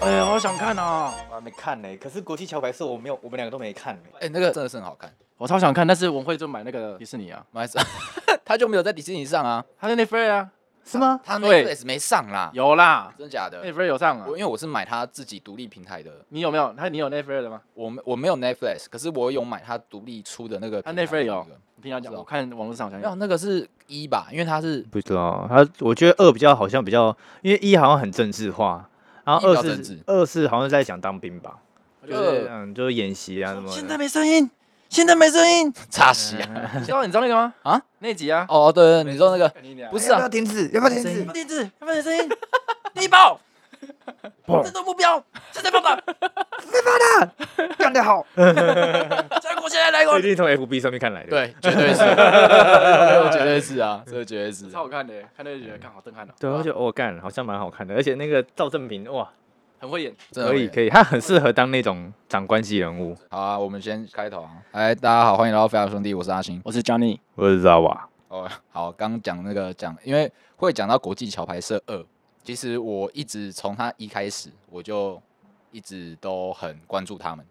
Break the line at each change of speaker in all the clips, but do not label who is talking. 哎，好想看啊！
我还没看呢、可是《国际桥牌社》我没有，我们两个都没看、欸。
哎、那个真的是很好看，
我超想看，但是文慧就买那个迪士尼啊，
马来西亚 他就没有在迪士尼上啊，
他在 Netflix 啊，是吗？
他
对
Netflix 没上啦，
有啦
真假的？
，Netflix 有上啊
我。因为我是买他自己独立平台的，
你有没有？他你有 Netflix 的吗？
我没我没有 Netflix，可是我有买他独立出的那个
他
平台的
Netflix
那
有
个。
你平常讲，
是哦
我看网络上好像
没有，
有。
那个是一吧，因为它是
不知道他，我觉得二比较好像比较，因为一好像很政治化，然后
一比
二
较政治
是二是好像在讲当兵吧，
我
就
觉
是
得
嗯就是演习啊什么的。
现在没声音，现在没声音。
插戏啊。
你知道你知道那个吗？
啊，
那集啊，
哦，对对，你说那个不
不是
是
要不要
啊，
停止？要不要停止？
电子，要不然声音，地爆，战斗目标，现在放打，
干得好！
加国现在来一
这
个，
一定从 FB 上面看来的。
对，绝 对是，对绝对是
嗯
啊，这个绝对是。
超好看的，看那集看好震撼哦，
对，而且我干好像蛮好看的，而且那个赵正平哇，
很会演。
真的
可以
耶
可以，他很适合当那种长官级人物。
好啊，我们先开头啊。哎，大家好，欢迎来到飞扬兄弟，我是阿星。
我是 Johnny，
我知道吧？
哦，好，刚刚讲那个讲，因为会讲到国际桥牌社二，其实我一直从它一开始，我就一直都很关注他们。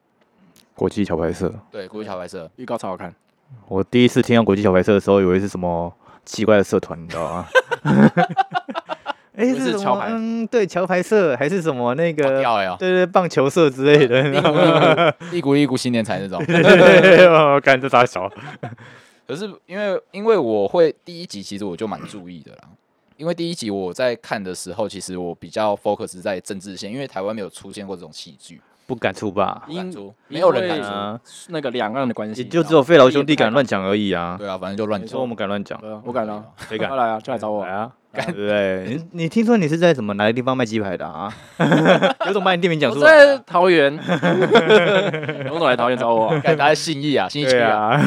国际桥牌社，
对，国际桥牌社，
预告超好看，
我第一次听到国际桥牌社的时候，以为是什么奇怪的社团，你知道 吗？哎、
以为
是
是
什么
桥牌
嗯，对，桥牌社还是什么那
好
个？
屌哎哦，
对对，棒球社之 类的，
一股一股一股一股新年财那 种。
对，我哦干这傻小，
可是因为因为我会第一集，其实我就蛮注意的啦。因为第一集我在看的时候，其实我比较 focus 在政治线，因为台湾没有出现过这种戏剧，
不敢出吧？
不敢出没
因
有人敢
为
出。
啊，
那个两岸的关系，啊
也就只有
费
费劳兄弟敢乱讲而已啊。
对啊，反正就乱
你
讲
说我。们敢乱讲，
对啊，我敢啊，
谁
他
敢？
来啊，就来找我
来
啊，
啊！对不对？你你听说你是在什么哪个地方卖鸡排的 啊？有种把你店名讲
我
出来
在
啊。
桃 园，龙总来桃园找我啊，
干大家信义啊，信义区
对
啊，
啊，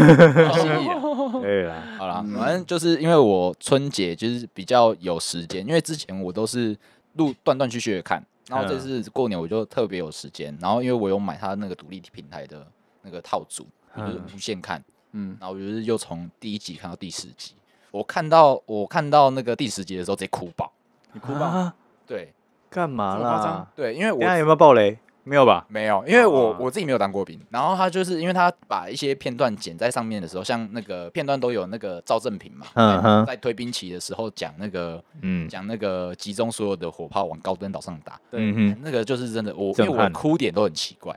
信义啊。
对啦，
好啦，反正就是因为我春节就是比较有时间，因为之前我都是录断断续续的看，然后这次过年我就特别有时间，然后因为我有买他那个独立平台的那个套组，我就是
嗯
无限看，
嗯，
然后我就是又从第一集看到第十集，我看到我看到那个第十集的时候直接哭爆，
你哭吧，
啊，
对
干嘛
这么夸张
啦？
对，因为
等一下
我
有没有暴雷？没有吧？
没有，因为我、
啊
我自己没有当过兵，然后他就是因为他把一些片段剪在上面的时候，像那个片段都有那个赵正平嘛，
嗯哼
在推兵棋的时候讲那个
嗯
讲那个集中所有的火炮往高登岛上打，
对
嗯
那个就是真的，我因
震
为我
撼
哭点都很 奇怪，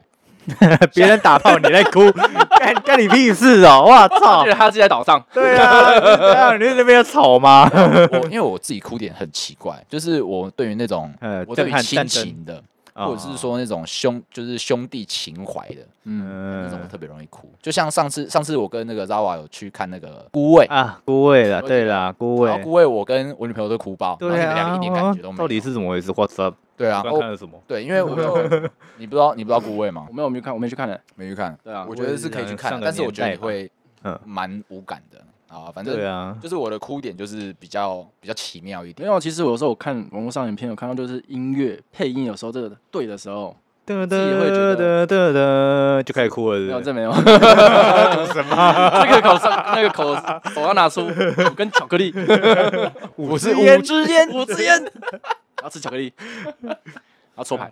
哼， 别人打炮你在哭， 干干你屁事哦！哇操
而且！他自己在岛上，
对啊，是这样 你在那边有吵吗？
我因为我自己哭点很奇怪，就是我对于那种
呃
我对
震
于
撼
亲
战争
情的，或者是说那种兄就是兄弟情怀的
嗯，
那种，我
嗯
特别容易哭。就像上次上次我跟那个 Zawa 有去看那个孤味，
啊，孤味了，对啦，孤
然后
味
孤，味我跟我女朋友都哭爆，然后
对
你们两
啊
个一点感觉都没有。
到底是怎么回事？What's up？
对啊，
刚看
哦
了什么？
对，因为我 就你不知道你不知道孤味吗
我？没有没有看，我没去看的，
没去看，
对啊
我觉得是可以去看
上个
的，但是我觉得你
年代吧
会
嗯
蛮无感的啊，反正
对啊，
就是我的哭点就是比较比较奇妙一
没
点。
有，其实我有时候我看网络上影片，有看到就是音乐配音，有时候这个对的时候，
得
自己会觉
得得得，就开始哭了是
没有
不是，
这 没有，什么？ 这个口上那个口手要拿出五根巧克 力，
五
是
五支烟，五支烟，然后吃巧克力，然后搓牌，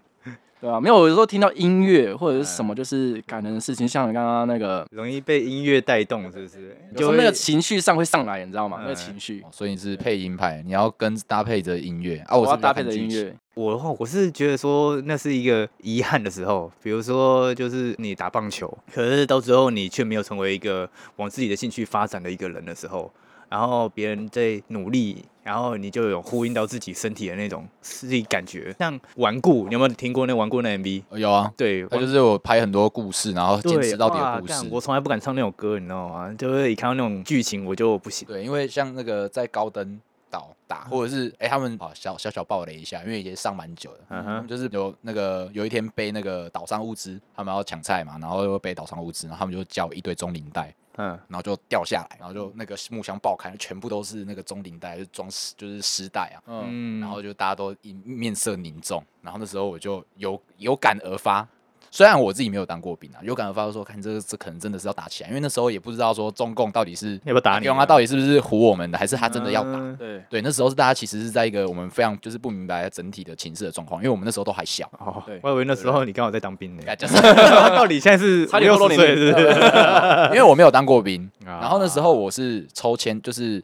对啊，没有，我有时候听到音乐或者是什么就是感人的事情，像你刚刚那个，
容易被音乐带动，是不是？
有时候那个情绪上会上来，你知道吗？
嗯
那个情绪
哦，所以你是配音派，你要跟搭配着音乐啊，我
我
是
要
比较
搭配
看
的
剧
音
情，
乐，
我的话，我是觉得说那是一个遗憾的时候，比如说就是你打棒球，可是到最后你却没有成为一个往自己的兴趣发展的一个人的时候，然后别人在努力，然后你就有呼应到自己身体的那种自己感觉，像顽固，你有没有听过那顽固那 MV？
哦有啊，
对，
他
顽
就是我拍很多故事，然后坚
对
持到底
哇
的故
干
事。
我从来不敢唱那种歌，你知道吗？就是一看到那种剧情我就不行。
对，因为像那个在高登岛打，
嗯
或者是哎、他们啊小小小爆雷一下，因为已经上蛮久了。
嗯
他
哼
们，就是有那个有一天背那个岛上物资，他们要抢菜嘛，然后又背岛上物资，然后他们就叫一堆中领带，
嗯，
然后就掉下来，然后就那个木箱爆开，全部都是那个中领带，就装尸就是尸袋啊，
嗯，
然后就大家都一面色凝重，然后那时候我就有有感而发，虽然我自己没有当过兵啊，有感而发说，看这个这可能真的是要打起来，因为那时候也不知道说中共到底是
要不要打你
用
啊
他到底是不是唬我们的，还是他真的要打。
嗯
对，
对，那时候是大家其实是在一个我们非常就是不明白整体的情势的状况，因为我们那时候都还小，
哦
对，
我以为那时候你刚好在当兵呢。
就是
到底现在是
差点
六
透露
十
年
岁是
龄
不是？
因为我没有当过兵，
啊
然后那时候我是抽签，就是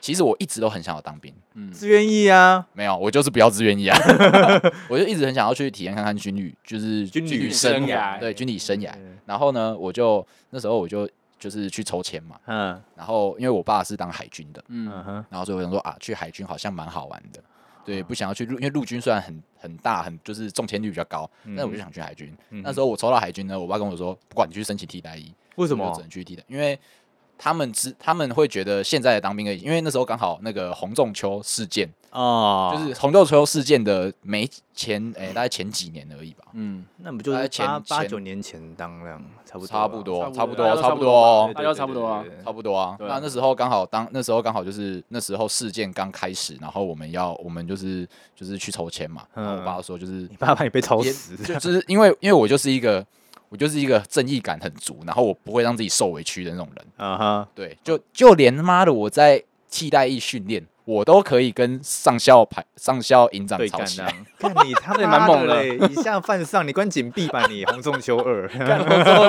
其实我一直都很想要当兵，
自愿意啊，
没有，我就是不要自愿役啊， 我就一直很想要去体验看看军旅，就是
军旅
旅
生
活
涯
对军旅生涯
嗯。
然后呢，我就那时候我就就是去抽签嘛，
嗯
然后因为我爸是当海军的，
嗯
嗯，哼，
然后所以我想说啊，去海军好像蛮好玩的，对，不想要去陆，因为陆军虽然很很大，很就是中签率比较高，但我就想去海军。那时候我抽到海军呢，我爸跟我说，不管你去申请替代役，
为什
我就
么
只？能去替代？因为他们知他们会觉得现在的当兵而已，因为那时候刚好那个洪仲秋事件，
哦，
就是洪仲秋事件的没前诶、大概前几年而已吧，
嗯，
那不就是
大概
八
前
八
前
九年前当量差不多吧，
差不多，
大家都
差不多，差
差
不
不
多
多
哦
吧，大家都差不多啊
对对对对
差不多啊。
对啊
那那时候刚好当那时候刚好就是那时候事件刚开始，然后我们要我们就是就是去抽签嘛。然后我
嗯
爸说就是
你爸怕你被超
也
死，
就就是因为因为我就是一个我就是一个正义感很足，然后我不会让自己受委屈的那种人。
啊哈，
对，就就连妈的我在替代役训练，我都可以跟上校排上校营长
对
吵
干啊
起
的
来。，
看你 他
这也
妈
蛮猛的
嘞，以下犯上，你关紧闭吧你，洪仲秋 二，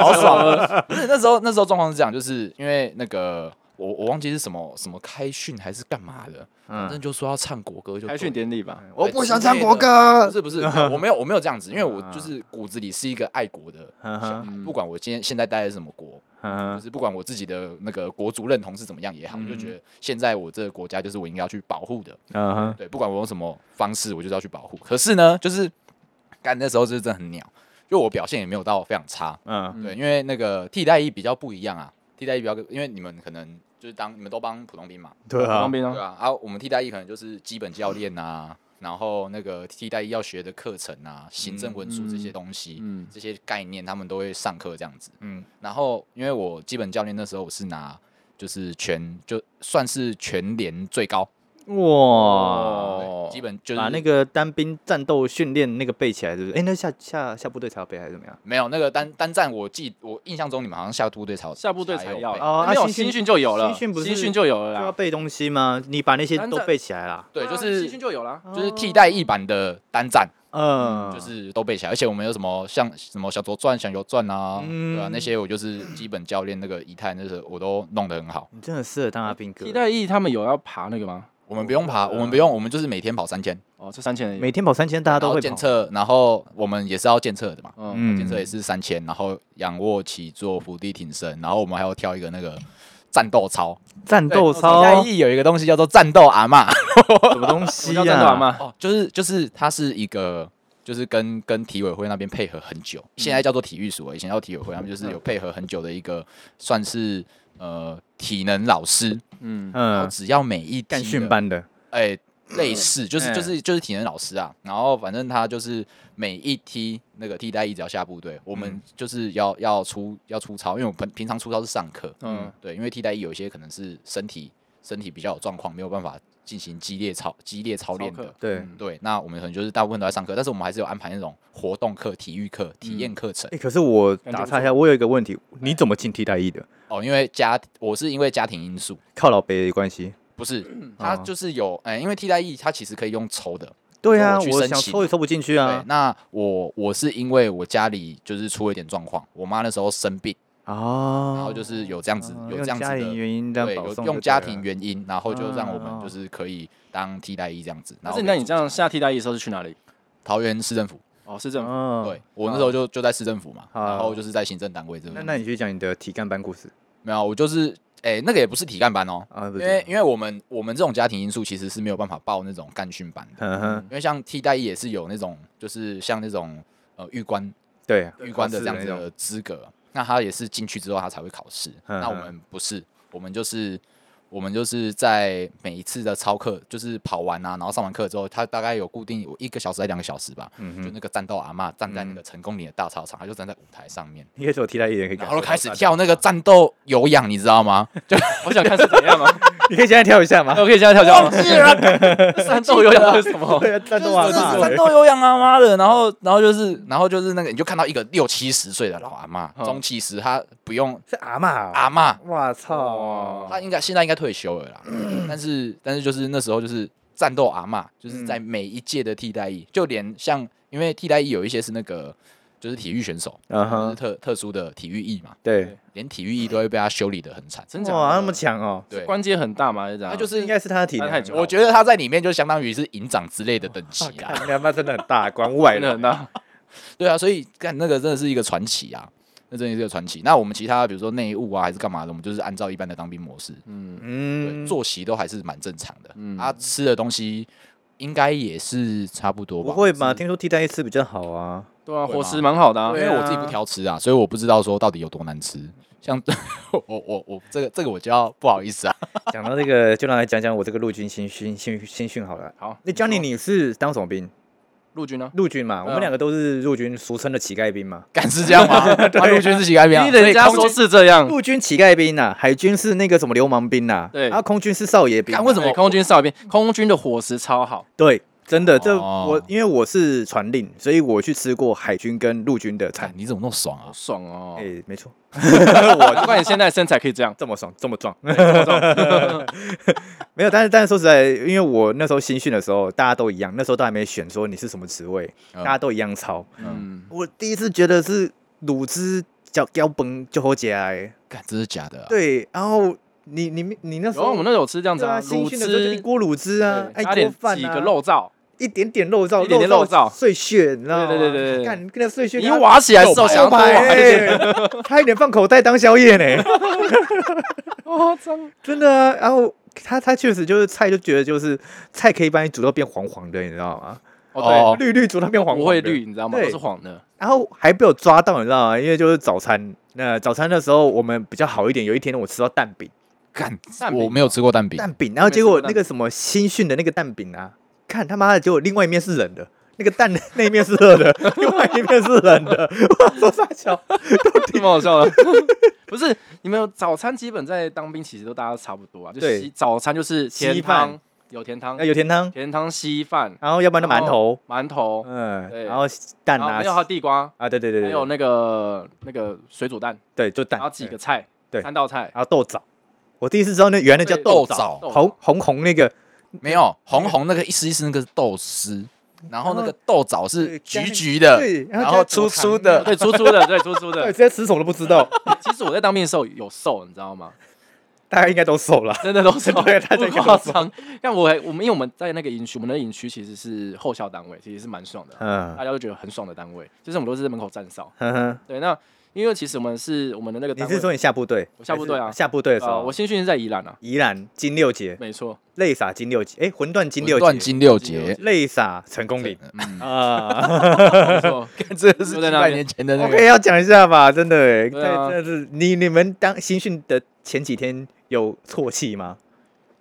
好爽 啊！不是那时候，那时候状况是这样，就是因为那个我我忘记是什么什么开训还是干嘛的，反正
嗯，
就说要唱国歌就
开训典礼吧，
我
对
不
哎之
想唱
类的
国歌啊
不，是 不是，我没有我没有这样子，因为我就是骨子里是一个爱国的
嗯
小孩
哼，
不管我今天现在待的是什么国，就
嗯
是不管我自己的那个国族认同是怎么样也好，我就觉得现在我这个国家就是我应该要去保护的，
嗯哼，
对，不管我用什么方式，我就是要去保护。可是呢，就是干那时候就是真的很鸟，就我表现也没有到非常差，
嗯，
对，因为那个替代役比较不一样啊，替代役比较，因为你们可能就是当你们都帮普通兵嘛，
对啊
当，兵
对
啊，
啊，啊，我们替代役可能就是基本教练啊，然后那个替代役要学的课程啊、行政文书这些东西，
嗯
这些概念他们都会上课这样子。
嗯
然后因为我基本教练那时候我是拿就是全就算是全连最高，
啊哇
哦
对，基本就是
把那个单兵战斗训练那个背起来，是不是？哎，那下下下部队才要背还是怎么样？
没有那个单单战，我记我印象中你们好像下部队才有
下部队才
有
要
备
哦
没
啊
有
新训
新训就有了，
新训不是
新训就有
就
啊
了
要
啦，
背东西吗？你把那些
单
都
战
背起来啦。
对，就
啊
是
新训就有了，
就是替代役版的单战，
嗯，
就是都背起来，而且我们有什么像什么小左转、小右转啊，
嗯
对啊，那些我就是基本教练那个仪态，那个我都弄得很好。
你真的适合当阿兵哥
替，代役他们有要爬那个吗？
我们不用
哦
爬，我们不用，我们就是每天跑三千，
哦，这三千而已
每天跑三千，大家
然
都
后
会
监
跑。
测，然后我们也是要监测的嘛，
嗯
嗯
监测也是三千，然后仰卧起坐、伏地挺身，然后我们还要跳一个那个战斗操。
战斗
对
操
现在有一个东西叫做战斗阿嬷。
什
啊
么东
我
西啊
叫战团
呀？
吗？
哦，就是就是，它是一个，就是跟跟体委会那边配合很久，
嗯
现在叫做体育署，以前叫体委会，他们就是有配合很久的一个，算是呃体能老师，
嗯，
然后
嗯，
只要每一
干
批
训
的，
班的，
哎、类似
嗯
就是
哎
就是就是体能老师啊，然后反正他就是每一梯那个替代役只要下部队，我
嗯
们就是要要出要出操，因为我平平常出操是上课，嗯
嗯，
对，因为替代役有一些可能是身体身体比较有状况，没有办法进行激烈操激烈操练
操
的
课，
对。
对，那我们可能就是大部分都在上课，但是我们还是有安排那种活动课、体育课、体验课程、
哎，可是我
感觉
打
不
岔一
错
下，我有一个问题，
哎
你怎么进替代役的？
哦。因为家我是因为家庭因素，
靠老北的关系？
不是嗯
嗯
他
哦
就是有哎、因为替代役他其实可以用抽的。
对啊，
我去
我
申
想
请
抽也抽不进去
对
啊，。
那我我是因为我家里就是出了一点状况，我妈那时候生病，
哦，
然后就是有这样子、
啊
有
用
这样子
家庭
的。
原因这
对，
样保
有
送
用
就
家
对
庭
了
原因，然后就让我们
啊
就是可以当替代役这样子。然
但
后
是
我
那
就
你这样下替代役的时候是去哪里？
桃园市政府，
哦，市政府。
嗯，
对我那时候就就在市政府嘛，
啊
然后就是在行政单位这
那
边。
那你去讲你的体干班故事
没有，我就是哎、那个也不是体干班哦，
啊？不
因
是，
为因为我们我们这种家庭因素其实是没有办法报那种干训班的，
嗯哼，
因为像替代役也是有那种就是像那种呃预官
对，啊
预官的这样
考
子
试那种
的资格，那他也是进去之后他才会考试。
嗯
那我们不是，我们就是我们就是在每一次的操课，就是跑完啊，然后上完课之后，他大概有固定有一个小时还两个小时吧，
嗯
就
哼，嗯
那个战斗阿嬷站在那个成功里的大操场，他就站在舞台上面，
你也是有替代役的可以感啊受到
然后
大家，
开始跳那个战斗有氧，你知道吗？
我想看是怎样啊！
你可以现在跳一 下吗
哎？我可以现在跳脚吗？
哦
记 了，
三斗有氧是什么？
对啊，战斗阿
就是
嬷
战
欸
斗有氧啊妈的，然后然后就是然后就是那个你就看到一个六七十岁的老阿妈，
嗯
中气十，她不用
是阿嬷啊，
阿妈，
哇操！
哦
她应该现在应该退休了啦，
嗯
但是但是就是那时候就是战斗阿妈，就是
嗯
在每一届的替代役，就连像因为替代役有一些是那个就是体育选手，
嗯
就是
哼，
特特殊的体育役嘛，
对，
连体育役都会被他修理的很惨，
真假的？
哇，那么强哦，
对，
关节很大嘛，还是这样？
他就
这嗯
是
应该是他的体
他太久
能。
了
我觉得他在里面就相当于是营长之类的等级啊，
看你阿妈真的很大，管五百
真的很
人。
大，
对啊，所以干那个真的是一个传奇啊，那真的是一个传奇。那我们其他比如说内务啊还是干嘛的，我们就是按照一般的当兵模式，
嗯，
对，
嗯，
作息都还是蛮正常的，
嗯
啊，吃的东西应该也是差不多吧？
不会吧？
是
听说替代一次比较好啊。
对啊，
会吗
伙食蛮好的啊
因
对。
为我自己不挑吃啊，所以我不知道说到底有多难吃。像 我我我这个这个我就要不好意思啊，
讲到这个，就来讲讲我这个陆军新训新新训好了。
好，
那
哦
Johnny，你是当什么兵？
陆军呢？
陆军嘛，我
嗯
对啊
们两个都是陆军俗称的乞丐兵嘛。
敢是这样吗？啊陆军是乞丐兵啊，
因为人家
所以空
说
军
是这样，
陆军乞丐兵呐、海军是那个什么流氓兵呐、
嗯对
然后空军是少爷兵、啊
干。为什么
对哎空军少一遍，空军的伙食超好，
对，真的，这
哦
我因为我是传令，所以我去吃过海军跟陆军的
干
餐。
你怎么那么爽啊？
爽哦
哎、。没错，
难怪你现在身材可以这样，
这么爽，这么壮， 没有，但是但是说实在，因为我那时候新训的时候，大家都一样，那时候都还没选说你是什么职位，
嗯
大家都一样操。
嗯，
我第一次觉得是卤汁叫胶崩就好解哎，
干真是假的啊？
对，然后你你你那时
然后
候
我们嗯那有吃这样子
对
啊，
啊，新
卤
训的时候就一
汁，
锅卤汁啊，
对
哎，
加
一锅
点
饭
几
啊
个肉燥，
一点点肉燥，
一点点肉燥
碎屑，你知道吗？
对对对对对
看你跟那碎屑，
你一挖起来的时候
肉排
想要
小
多
白、
挖一点，
欸，差一点放口袋当宵夜呢，
哦，脏，
真的啊。然后他他确实就是菜，就觉得就是菜可以把你煮到变黄黄的，你知道吗？
哦
绿绿煮到变
对，
黄黄，
不会绿，。你知道吗？
对
都是黄的，
然后还被我抓到，你知道吗？因为就是早餐，那、早餐的时候我们比较好一点，有一天我吃到蛋饼，
干
蛋饼
我没有吃过蛋饼，
蛋饼，然后
没吃
结
过
果
蛋
那个什么新训的那个蛋饼啊，看他妈的，结果另外一面是冷的，那个蛋那一面是 热的，另外一面是冷的，我说傻笑，
挺蛮好笑的。 不是，你们有早餐基本在当兵其实都大家都差不多啊，就
对
西早餐就是
稀
甜
饭
汤，有甜汤
那，有甜汤，
甜汤稀饭，
然后要不然就馒头，
馒头，
嗯，
对
然后蛋
然后
啊
没，有还有地瓜，
啊，对对对
还有
对，
那个那个水煮蛋，
对，就蛋，
然后几个
嗯，
菜，
对
三道菜，
然后豆枣，我第一次知道那原来那叫
对
豆
豆
枣，
枣
豆
红红红那个，
没有红红那个一丝一丝那个是豆丝，然后那个豆枣是
对加
橘
那
橘的
对，然后
然
加
后粗
果糖
粗的，
对，粗粗的，对，粗粗
对，
的
直。接吃什么都不知道，
其实我在当兵的时候有瘦，你知道吗？
大家应该都瘦了，
真的都是
对他在跟
不
我
夸
说
张。像我还我们因为我们在那个营区，我们的营区其实是后校单位，其实是蛮爽的，
嗯
大家都觉得很爽的单位。就是我们都是在门口站哨。
哼哼，
对，那因为其实我们是我们的那个
你
单
是
位，
说你下部队？
我下部队啊
还是下部队的时
呃，
候，
我新训是在宜兰啊，
宜兰金六节，
没错，
泪洒金六节，哎，魂断金
魂
六
断
节，
金六
金六
节
节，
泪洒成功岭 啊。
没错，
这个是
就
几
在那
百
边
年前的那
OK，
个。
要讲一下吧，真的哎，
对啊
但真的是你你们当新训的前几天有啜泣吗？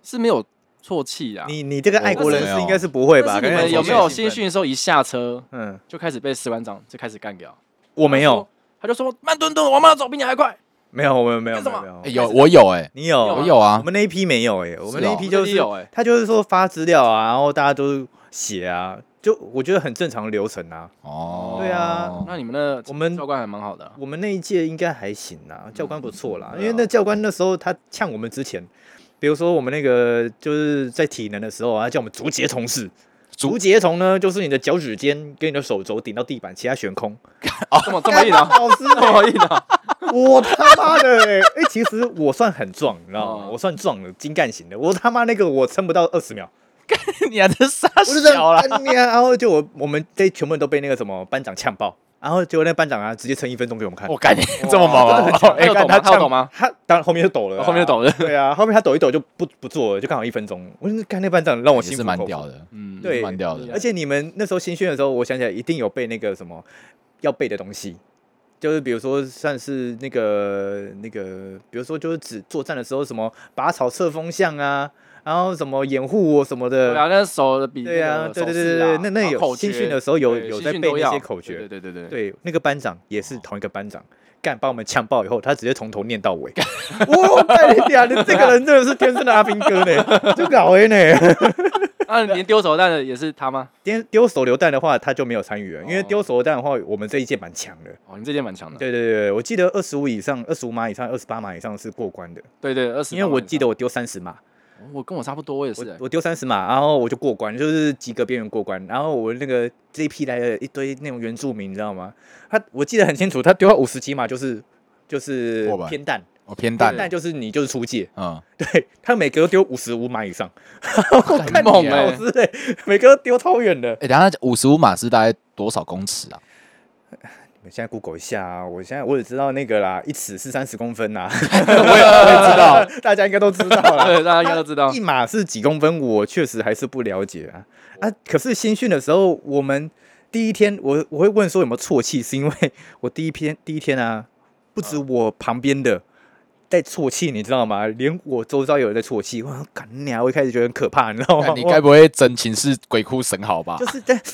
是没有错气啊。
你你这个爱国人士
我没有
应该是不会吧？
但是你们
刚才
有没有
说
新训的时候一下车
嗯，
就开始被士官长就开始干掉？
我没有，
他就说慢吞吞，我妈走比你还快。
没有，我没有，
干什么
没有，
哎有我有哎，
你有，
我
吗
有
我
啊，
们那一批没有哎，我们那一批
我们这
就
里
是
有哎
他就是说发资料啊，然后大家都写啊，就我觉得很正常的流程啊。
哦，
对啊
那你们那
我们
教官还蛮好的啊，
我们那一届应该还行啦，教官不错啦，
嗯
因为那教官那时候他呛我们之前，比如说我们那个就是在体能的时候啊，他叫我们竹节虫式。竹节虫呢，就是你的脚趾尖跟你的手肘顶到地板，其他悬空。
这么这么硬啊，
老师，
这么硬 啊，
我他妈的、欸，哎、其实我算很壮，你知道吗？
哦
我算壮的，精干型的。我他妈那个我撑不到二十秒，
你还是傻
我就这
小
样
啦。
干你啊 然后就我我们这全部人都被那个什么班长呛爆，然后结果那班长啊直接撑一分钟给我们看。
我干你这么猛
真的
啊！
假的
哎、
他有懂吗？
看
他有
呛
懂吗？
他当然后面就抖了、
哦后面就抖了
对啊，后面他抖一抖就不不做了，就刚好一分钟。我就看那班长让我
也
心
是
服
蛮
口服
屌。的，
嗯，
也
对
是蛮屌的
而。且你们那时候新训的时候，我想起来一定有背那个什么要背的东西，就是比如说像是那个那个，比如说就是指作战的时候什么拔草测风向啊，然后什么掩护我什么
对
的。
啊，那手的比
对
那
啊
个
对对
手
对
势
对
啊
那那
然后
有
口
新
诀
训的时候有
对
有
新
在
训
背
都
那些
要
口诀
对对对对对，
对，那个班长也是同一个班长，干把我们呛爆以后，他直接从头念到尾。 哇，干你娘！你这个人真的是天生的阿兵哥呢，就搞哎呢。
那啊连丢手弹的也是他吗？
丢丢手榴弹的话，他就没有参与了，因为
哦
丢手榴弹的话，我们这一届蛮强的。
哦，你这件蛮强的。
对对对对，我记得二十五以上、二十五码以上、二十八码以上是过关的，
对对，二十。
因为我记得我丢三十码，
哦我跟我差不多，我也是
我
欸。
我丢三十码，然后我就过关，就是及格边缘过关。然后我那个这一批来了一堆那种原住民，你知道吗？他我记得很清楚，他丢到五十几码就是就是
过关
偏淡，
哦偏淡
偏，淡就是你就是出界。
嗯，
对他每个都丢五十五码以上，
很
啊
猛
哎、
欸
欸！
是嘞，每个都丢超远的。
哎、等一下五十五码是大概多少公尺啊？
你们现在 Google 一下啊，我现在我只知道那个啦，一尺是三十公分呐、我也我也知道， 大家应该都知道啦。
对，大家应该都知道
一。码是几公分，我确实还是不了解啊啊！可是新训的时候，我们第一天我我会问说有没有啜泣，是因为我第一天第一天啊，不止我旁边的在啜泣，你知道吗？连我周遭有人在啜泣，我干你娘！我一开始觉得很可怕，你知道吗
干？你该
我
不会真情是鬼哭神嚎吧
就？是在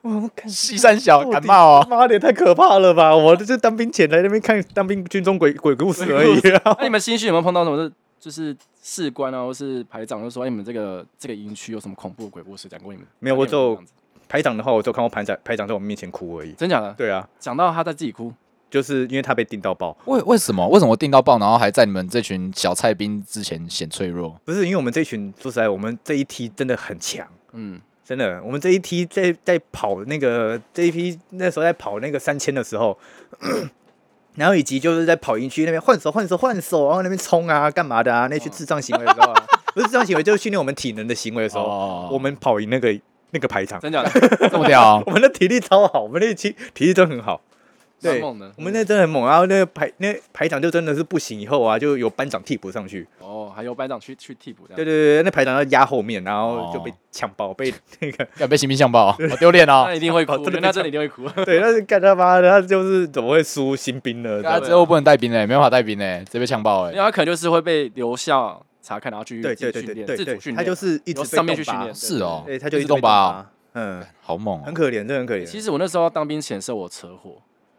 我看
西山小
到底
感冒哦，
妈的也太可怕了 吧！我就是当兵前来那边看当兵军中鬼鬼故事 而已啊。
那你们新训有没有碰到什么？就是士官啊，或是排长，就说哎你们这个这个营区有什么恐怖的鬼故事讲过你们？
没有我
讲过你们
就排长的话，我就看过排长排长在我面前哭而已。
这样子真假的，
对啊，
讲到他在自己哭，
就是因为他被定到爆，
为为什么为什么定到爆，然后还在你们这群小菜兵之前显脆弱？
不是因为我们这群说实在，我们这一梯真的很强，
嗯，
真的，我们这一梯在在跑那个这一批那时候在跑那个三千的时候。 然后以及就是在跑营区那边换手换手换手，然后那边冲啊干嘛的啊，那些智障行为的时候啊，不是智障行为，就是训练我们体能的行为的时候，
哦
我们跑赢那个那个排场，
真假 的，
这么屌、
我们的体力超好，我们那期体力真的很好。
蛮
对，
猛的。
我们那真的很猛。然啊后那个排那排长就真的是不行，以后啊就有班长替补上去。
哦，还有班长去去替补这样。
对对对，那排长要压后面，然后就被
哦
抢爆，被那个
要被新兵相爆，好丢脸哦
那！一定会哭，
哦
我觉得
真的被
那真的一定会哭。
对，但是干他妈的，他就是怎么会输新兵呢？
啊
他之后不能带兵嘞、没办法带兵嘞、直接被枪爆哎、
因为他可能就是会被留校查看，然后去
对
自己
对对
训
对
练、
对
啊自
对
主训练，
他就是一直
由
被
上面去
动
训
拔
练。
是哦
对，他就
一
一
直
直
动
被
吧
拔，嗯，
好猛哦、
很可怜，真的很可怜。
其实我那时候当兵前的时候，我车祸，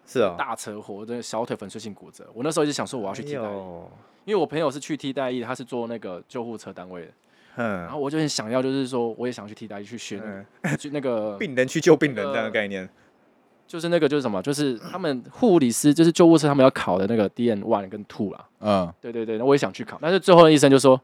是哦，
大车祸，我的小腿粉碎性骨折。我那时候一直想说我要去替代役，
哎呦
因为我朋友是去替代役，他是做那个救护车单位的，然后
嗯，
我就很想要，就是说我也想去替代役去学那个、去那个，
病人去救病人这样的
呃
概念。
就是那个就是什么，就是他们护理师，就是救护车他们要考的那个 DN one 跟 two 啊啦。
嗯，
对对对，我也想去考，但是最后医生就说，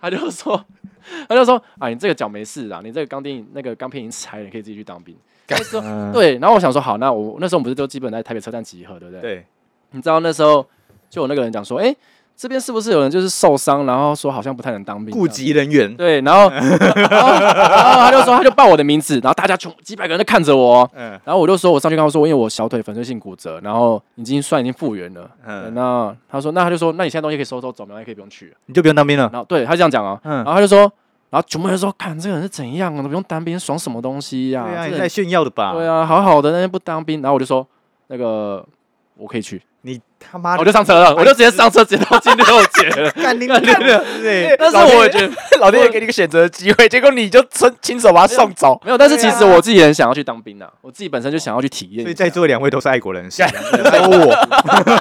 他就说， 他就说啊，你这个脚没事啦，你这个钢钉那个钢片已经拆了，你可以自己去当兵。他就说
嗯
对，然后我想说好，那我那时候我们不是都基本在台北车站集合，对不对？
对，
你知道那时候就有那个人讲说，哎、这边是不是有人就是受伤，然后说好像不太能当兵，这
顾
样
及人员。
对，然后 然后然后他就说他就报我的名字，然后大家全几百个人都看着我哦，
嗯
然后我就说我上去跟他说，因为我小腿粉碎性骨折，然后已经算已经复原了。嗯、
嗯，
那他说，那他就说，那你现在东西可以收收走，然后也可以不用去了。
你就不用当兵了。
然后对他这样讲哦，
嗯
然后他就说，然后全部人就说，看这个人是怎样啊，不用当兵，爽什么东西呀、
对啊，
这
你
个
在
人
炫耀的吧？
对啊，好好的那天不当兵，然后我就说那个我可以去，
你他妈的，。
我就上车了，我就直接上车，直接到金六姐了
干你干的，对，
但
老
是
天
我也觉得
老天爷给你个选择的机会，结果你就亲亲手把他送 走，
没有，但是其实我自己很想要去当兵的，我自己本身就想要去体验
所
一
以
下。
在座两位都是爱啊哦国人士，
还有我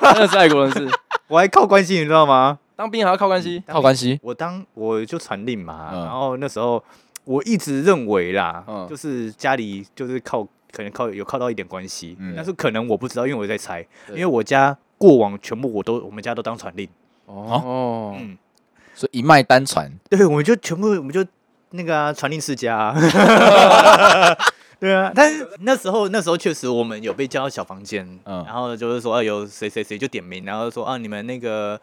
真的是爱国人士，
我还靠关系，你知道吗？
当兵还要靠关系。
靠关系，
我当我就传令嘛，
嗯
然后那时候我一直认为啦，
嗯
就是家里就是靠可能靠有靠到一点关系，
嗯
但是可能我不知道，因为我在猜，因
对
为我家过往全部我都我们家都当传令，
哦，
嗯，
所以一脉单传，
对，我们就全部我们就那个啊传令世家、啊。 对啊，但是那时候那时候确实我们有被叫到小房间，
嗯
然后就是说、啊、有谁谁谁就点名，然后说啊你们那个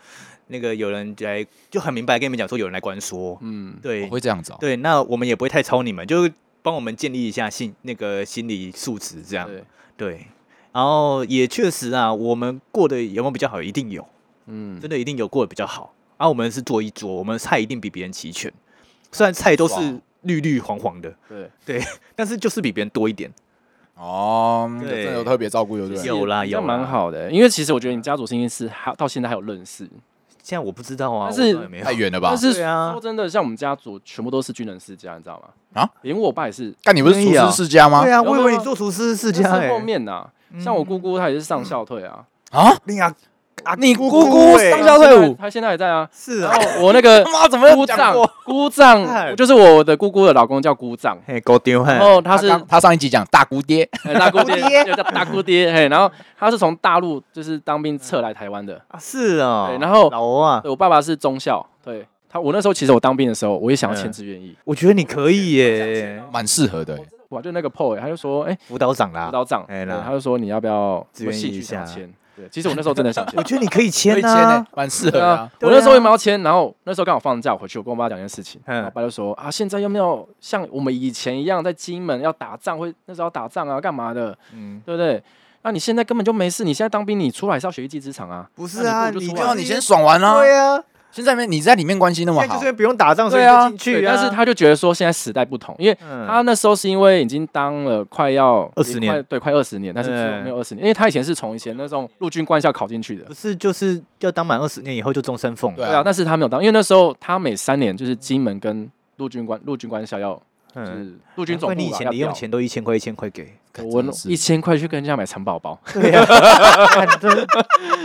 那个有人来，就很明白跟你们讲说有人来关说，
嗯，
对、
我会这样子哦、
对，那我们也不会太操你们，就是帮我们建立一下心那个心理素质这样，
对，啊
对，然后也确实啊，我们过得有没有比较好，一定有，
嗯
真，的一定有过得比较好。啊，我们是做一桌，我们菜一定比别人齐全，虽然菜都是
爽
绿绿黄黄的，
对，
但是就是比别人多一点。
哦，
对
真的有特别照顾，有对不对？
有啦
这样
有啦
蛮好的。因为其实我觉得你家族信息是还到现在还有认识，
现在我不知道啊，
但是哎
我也没有
太。远了吧
但？是
对啊
说真的，像我们家族全部都是军人世家，你知道吗？
啊，
连我爸也是。
干你不是厨师世家吗
对？啊，
有
我
没
以
有
为你做厨师世家
但是
哎
后。面呐，像我姑姑她也是上校退啊，
啊，
你啊，啊
你
姑
姑姑
欸
上校退伍
他现在也在啊。
是
然
啊，
后我那个
他妈怎么
姑
又讲
丈
过？，
姑丈
看
就是我的姑姑的老公叫姑丈，
嘿，狗丢嘿
然，后他是
刚他上一集讲大姑爹，
哎大姑
姑
爹，
爹
就叫大姑爹，嘿，然后他是从大陆就是当兵撤来台湾的，
啊是哦
对，然后
老欧啊，
对我爸爸是中校，对他，我那时候其实我当兵的时候，我也想要签
嗯
志愿役，
我觉得你可以耶，
蛮适合的欸。
哇，就那个 PO，、欸、他就说，哎、
辅导长啦
辅，导长，
哎
对
啦
他就说你要不要
志愿
我戏
役
剧
一下
想签？对，其实我那时候真的想签
我，觉得你可以
可
签
以签欸
啊，
蛮适合
对
的
啊
啊。，
我那时候也没有签，然后那时候刚好放假回去，我跟我爸讲一件事情，
嗯
然后我爸就说啊，现在又没有像我们以前一样在金门要打仗，会那时候要打仗啊，干嘛的，
嗯，
对不对？那、你现在根本就没事，你现在当兵，你出来是要学一技之长啊。
不是啊，
那你不如就
就
出来
哇，你先爽完啦！
对啊，
现在没你在里面关系那么
现在
好
就是，不用打仗，所以
对啊
就进去
对
啊，
但是他就觉得说现在时代不同，因为
嗯
他那时候是因为已经当了快要
20年
快对，快二十年，但是
嗯
没有二十年，因为他以前是从以前那种陆军官校考进去的
不。是就是要当满二十年以后就终身俸，
对
对
啊
啊，但是他没有当，因为那时候他每三年就是金门跟陆军官陆军官校要，啊就
嗯，
是陆军总
难怪
部
你以
吧
前
要
零用
调
钱都一千块一千块给，
我
真的是
一千块去跟人家买蚕宝 宝，
对呀，看 这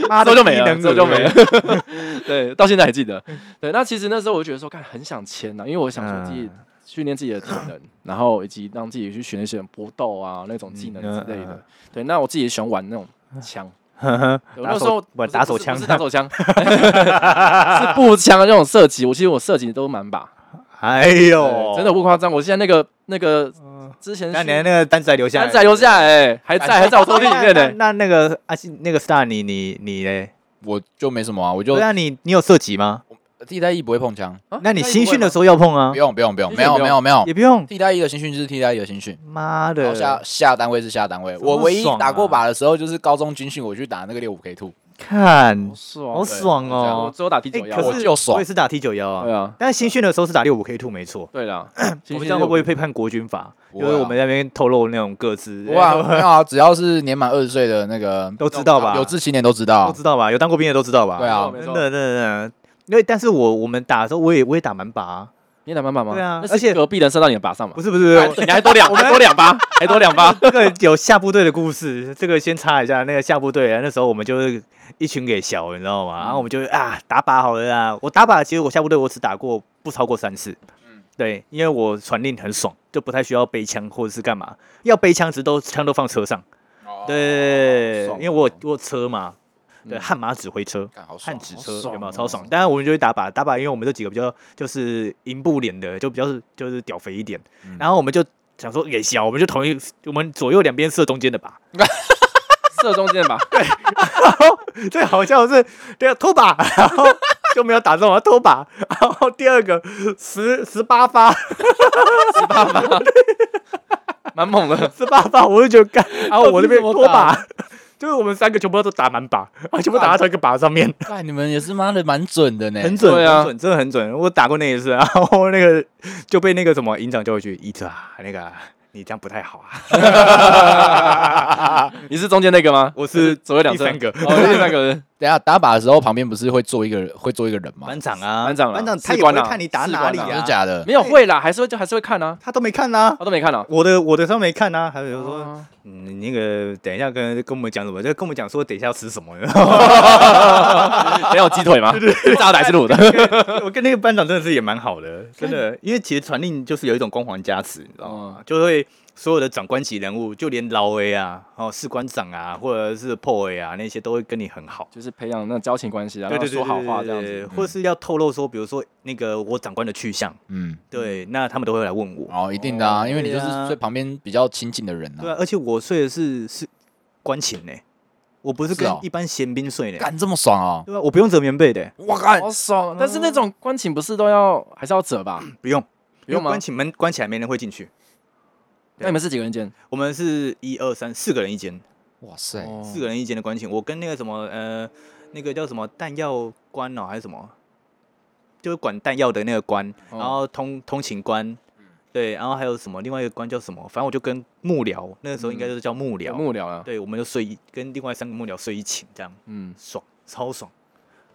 妈
之后
的
就没
低
了，
能
之后就
儿
没了。对，到现在还记得。对，那其实那时候我就觉得说，看很想签啊呐、因为我想说自己
嗯嗯
训练自己的体 能，然后以及让自己去学一些搏斗啊那种技能之类
嗯嗯
的
嗯。
对，那我自己也喜欢玩那种枪。
呵呵
对我
打
那时
手
候
不
不
打手
手
枪
是打手枪， 是步枪的啊那种射击。我其实我射击都满把，
哎
对
呦，
真的不夸张。我现在那个那个
嗯，
之前
那你的那个单子还留下来，
单仔留下来，哎还在还在我抽屉里面哎呢。
那那那个阿信那个 star 你你你嘞？
我就没什么啊，我就
对啊，你你有射击吗？
替代役不会碰枪，
啊
那你新训的时
候
候要碰啊
不，用不用不用，
新
没
训
有
不
没
用
有没有
也，不用。
替代役的新训就是替代役的新训。
妈
然
的
后，下下单位是下单位，
怎么
我唯一
爽啊
打过靶的时候就是高中军训，我去打那个六五 K two，
看
啊好，爽，
好爽
我
哦。
最后打 T
哎
九幺，
可
我
我
是
就爽
我也是打 T 九幺
对
啊，
啊，
但是新训的时候是打六五 K two 没错。
对 啦，
我
新
们
训
这样会
六
不会被判国军法？
不
因
会啊
为我们在那边透露那种各自，
哇，没有啊，只要是年满二十岁的那个
都知道吧
有志青年都知道
啊都，知道吧？有当过兵的都知道吧？
对啊
没
哦真
错
的，真的，真的。因为但是我我们打的时候，我也我也打满靶啊，
你也打满把吗？
对啊
那是
而且
隔壁人射到你的靶上嘛哎
不，是不是，
哎
不是
你还多 两，还多两发，还多两发。
这个有下部队的故事，这个先插一下。那个下部队啊，那时候我们就是一群给小，你知道吗？然后我们就啊打靶好了啦。我打靶，其实我下部队我只打过不超过三次。嗯，对，因为我传令很爽，就不太需要背枪或者是干嘛。要背枪，只都枪都放车上。对，
爽
因为我有我有车嘛，对，
嗯
悍马指挥车。
干好爽
焊纸
好
车
爽
有没有
哦
超爽？当然我们就会打靶，打靶，因为我们这几个比较就是银布脸的，就比较是就是屌肥一点，
嗯
然后我们就想说也行啊，我们就同一我们左右两边射中间的靶，
射中间吧，
最好笑的是对啊偷靶，然后就没有打中，啊，偷靶，然后第二个十十八发，
十八发，蛮猛的。
十八发，我就觉得干，然后啊我那边
到底是怎
拖
么打
靶，就是我们三个全部都打满靶，然后全部打到同一个靶上面。
干你们也是妈的蛮准的呢，
很准，
对啊
很准，真的很准。我打过那一次，然后那个就被那个什么营长叫回去，一子啊，那个你这样不太好啊。
你是中间那个吗？
我是
左右两侧
第三 个
哦，第三个 人
等一下打靶的时候旁边不是会坐一个人会坐一个人吗？
班长啊，
班长啊
班长他
士
也
官
会
啊
看你打
士
哪
官
里
啊
真
啊
的，假的？
没有会啦，还是会还是会看啊，
他都没看啊。
我都没看啊。
我的我的上没看啊，还有就说，
哦
嗯，你那个等一下跟跟我们讲什么，就跟我们讲说等一下要吃什么。
没有鸡腿吗？ 炸的还是 卤的？
我跟那个班长真的是也蛮好的，真的，因为其实传令就是有一种光环加持，你知道吗？
嗯
就会所有的长官级人物，就连老 A 啊、哦士官长啊，或者是破 A 啊，那些都会跟你很好。
就是培养那种交情关系啊，
对
然后
对对，
说好话这样
对对
子
对。或是要透露说，比如说那个我长官的去向，
嗯，
对，那他们都会来问我。
哦，一定的啊，因为你就是
对啊
最旁边比较亲近的人
对
啊
啊，。而且我睡的是是官寝呢、我不是
是
跟
哦
一般闲兵睡呢、
干这么爽哦！
对吧、啊我不用折棉被的、
我干
好爽！但
哦
是那种官寝不是都要还是要折吧？
嗯不用，
不用
因为
吗
关？起门关起来，没人会进去。
那你们是几个人间？
我们是一二三四个人一间，
哇塞，
哦
四个人一间的关寝，我跟那个什么呃，那个叫什么弹药官哦，还是什么，就是管弹药的那个官，
哦
哦
然后通通勤官，
嗯
对，然后还有什么另外一个官叫什么，反正我就跟幕僚，那个时候应该就是叫幕
嗯
僚，
幕僚啊，
对，我们就睡一跟另外三个幕僚睡一寝，这样
嗯，
爽，超爽，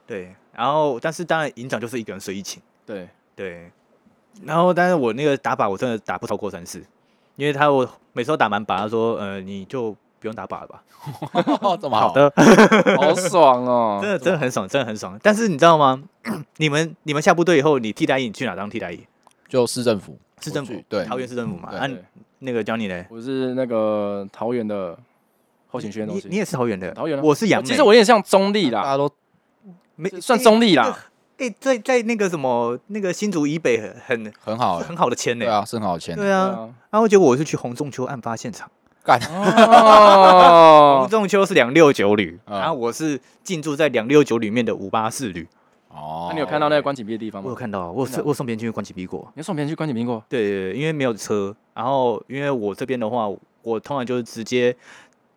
对，然后但是当然营长就是一个人睡一寝，
对，
对，然后但是我那个打靶我真的打不超过三次，因为他我每次都打满靶，他说呃你就。不用打靶了吧？
这么好嗯
的，
好爽哦
真！的真的很爽，真的很爽。但是你知道吗？ 你们你们下部队以后，你替代役你去哪当替代役？
就市政府，
市政府
我去，对
桃园市政府嘛。
对
啊
对，
那个教你嘞，
我是那个桃园的候选区的东
你
西，
你也是桃园的，
桃园啊
我是
哦
杨梅。
其实我有点像中立
大
啦，
啊
家都
没
算中立
哎
啦。
哎，在在那个什么那个新竹以北很很
很好 欸，
很好的签
对
呢。
啊，是很好签的，
对啊，
啊
然后结果我是去红中秋案发现场，
干，
红
哦，
中秋是两六九旅，
嗯
然后我是进驻在两六九里面的五八四旅。
哦，
那你有看到那个关景壁的地方
我有
吗？
看到，啊我有
真的
送我有送别人去关起逼过。
你送别人去关景壁过？
对对对，因为没有车，然后因为我这边的话，我通常就是直接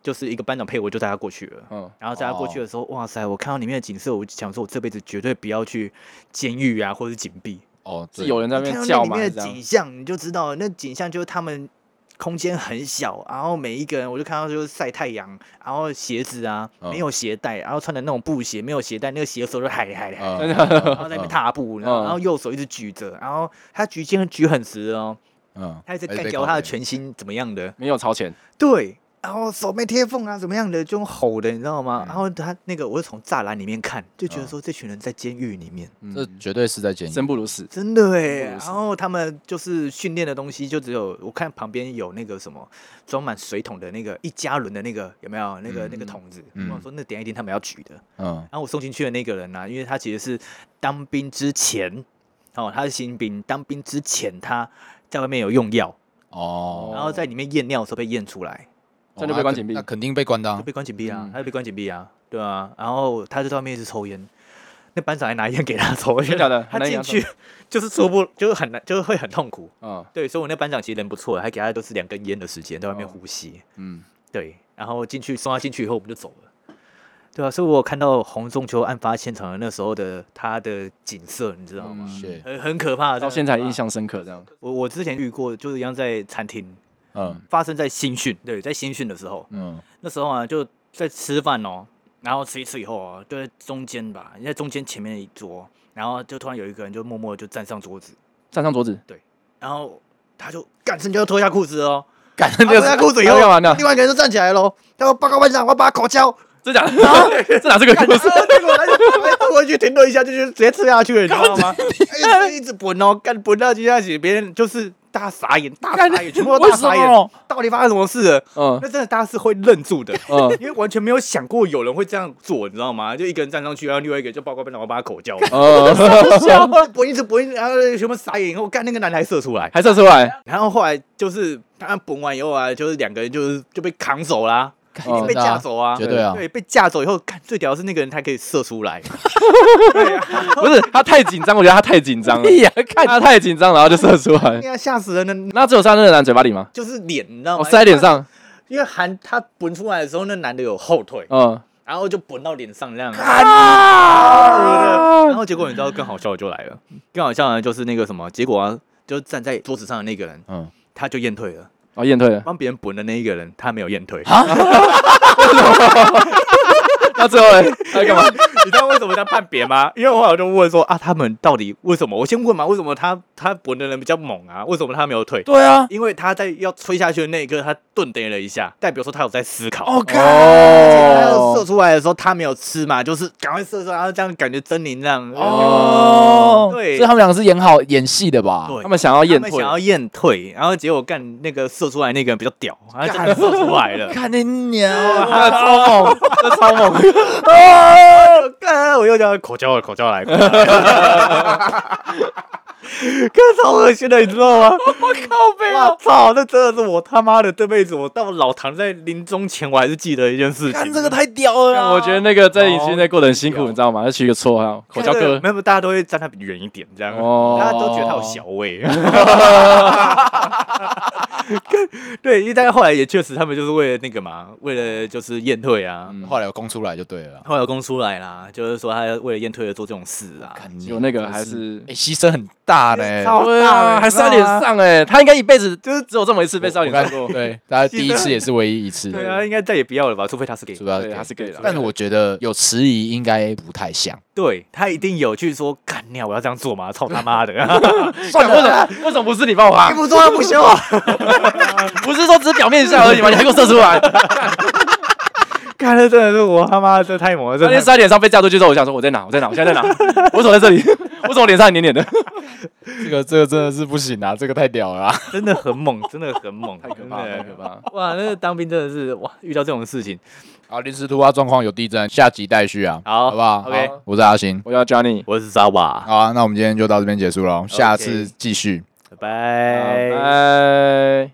就是一个班长配我就带他过去了。
嗯，
然后带他过去
哦
的时候，哇塞！我看到里面的景色，我就想说，我这辈子绝对不要去监狱啊，或者是禁闭。
哦，
是
对
有人在那
看到
边
那
叫
里
吗？
面
还是
的
怎样
景象，你就知道那景象就是他们空间很小，然后每一个人我就看到就是晒太阳，然后鞋子啊
嗯
没有鞋带，然后穿的那种布鞋没有鞋带，那个鞋手就嗨嗨嗨，
嗯
真的
然后在那边踏
嗯
步，然后然后右手一直举着，然后他举肩举很直哦，
嗯，
他一直
还是
干
被
掉
靠
他的
背
全心怎么样的，
没有超前，
对，然后手没贴缝啊怎么样的，就用吼的，你知道吗？
嗯
然后他那个我是从栅栏里面看，就觉得
嗯
说这群人在监狱里面。
嗯
这绝对是在监狱，
生不如死。
真的哎，
不
然
是
后他们就是训练的东西，就只有我看旁边有那个什么装满水桶的那个一加仑的那个有没有那个、那个
嗯
桶子？
嗯
我想说那等一下一定他们要举的。
嗯，
然后我送进去的那个人呢、啊，因为他其实是当兵之前，哦，他是新兵，当兵之前他在外面有用药，
哦，
然后在里面验尿的时候被验出来，
这样就被关紧闭
那肯定被关的
就
啊，
被关禁闭啊，
嗯
他就被关禁闭啊，对啊，然后他就在外面一直抽烟，那班长还拿烟给他抽，
真的假的
他
还拿烟
进
给他
去就是抽不，就是很难，就是会很痛苦。
嗯
对，所以我那班长其实人不错的，还给他都是两根烟的时间，在外面
哦
呼吸。
嗯，
对，然后进去送他进去以后，我们就走了。对啊，所以我有看到红中球案发现场的那时候的他的景色，你知道吗？
嗯
是，
很很可怕，真的
到
很
现在
可怕
印。象深刻，这样
我我之前遇过，就是一样在餐厅
嗯
发生在新训，对，在新训的时候，
嗯，
那时候啊就在吃饭哦，然后吃一吃以后啊，就在中间吧，在中间前面一桌，然后就突然有一个人就默默地就站上桌子，
站上桌子，
然后他就干瞬间就脱下裤子 哦，
干
他脱下裤子以
要
后
干
啊
嘛呢？
另外一个人就站起来喽，他说：“报告班长，啊我要把他口交。
真假的？ 这哪是个故”事？
然后结 果他就他回去停顿一下，就就直接吃下去了，你知道吗？一直一直滚哦，干滚到接下去，别人就是大家傻眼，大傻眼，全部都
为
大
什
傻眼，
么？
到底发生什么事了？
嗯
那真的大家是会愣住的，
嗯
因为完全没有想过有人会这样做，你知道吗？就一个人站上去，然后另外一个就报告班长，我把他 口交。
嗯，
不一直不一，然后全部傻眼，以后干那个男的还射出来，
还射出来，
然后后来就是他崩完以后啊，就是两个人就是就被扛走啦、
哦
一定被
真的啊
架走啊，
绝对啊
对，被架走以后，看最屌的是那个人他可以射 出来，
不是他太紧张，我觉得他太紧张了，
屁呀，看
他太紧张，然后就射出来
哎。呀，吓死人了，
那只有射在那个男嘴巴里吗？
就是脸，你知道
哦，
吗？
塞在脸，上，
因为含他滚出来的时候，那男的有后退，
嗯，
然后就滚到脸上 这样。然
啊，
后结果你知道更好笑的就来了，更好笑的就是那个什么，结果啊，就站在桌子上的那个人，
嗯，
他就验退了，
哦，验退了，
帮别人滚的那一个人，他没有验退。
那最后嘞，他在干嘛？
你知道为什么在判别 吗？因为我好就问说啊，他们到底为什么？我先问嘛，为什么他他滚的人比较猛啊？为什么他没有退？
对
哦
啊，
因为他在要吹下去的那一刻，他顿跌了一下，代表说他有在思考。
哦，
他要射
哦，
出来的时候，他没有吃嘛，就是赶快射出来，然后这样感觉狰狞这样。
哦，
对
所以他们两个是演好演戏的吧？
对
他们想要
他
验
们
退
想，要验退，然后结果干那个射出来那个人比较屌，他真的射出来 了。
看你娘！
那超猛，那超 猛，
啊！干，我又叫口交了，口交来，口交来 干超恶心的，你知道吗？我靠背我操，那真的是我他妈的这辈子，我到老躺在临终前，我还是记得一件事情。
看这个太屌了
啊
啊啦！
我觉得那个在营区内过得很辛苦，你知道吗？就取一个绰号，口交哥
没。有，没有大家都会站他远一点，这样，
哦
大家都觉得他有小味。 对，因为大家后来也确实，他们就是为了那个嘛，为了就是验退啊，
嗯后来有供出来就对了啦。
后来有供出来啦，就是说他为了验退而做这种事啊。
看你
有那个还
真
是
哎，牺牲很大嘞。
超
对啊，还塞脸上哎，他应该一辈子就是只有这么一次被
我
塞脸上过。
对，大家第一次也是唯一一次，
对啊，应该再也不要了吧，除非他是给
主。要
对，他是 gay 了。
但是我觉得有迟疑应该不太像，
对他一定有去说，干你啊，我要这样做吗？操他妈 的！
算了，为什么为什么不是你 帮我啊？
不做他不休啊！
不是说只是表面一下而已吗？你还给我射出来？
看这真的是我他妈这太猛了，这
那天
太
在脸上被架出去之后，我想说我在哪？我在哪？我现在 在哪？我怎么在这里？我怎么脸上黏黏的？
这个这个真的是不行啊，这个太屌了、啊。
真的很猛，真的很猛，太
太可怕了，太可！怕了！
哇，那个当兵真的是哇，遇到这种事情，
好，临时突发状况有地震，下集待续啊，
好
好不好
OK
好我是阿星，
我叫 Johnny，
我是沙瓦，
好
哎
啊，那我们今天就到这边结束了，下次继续。
拜拜。
拜。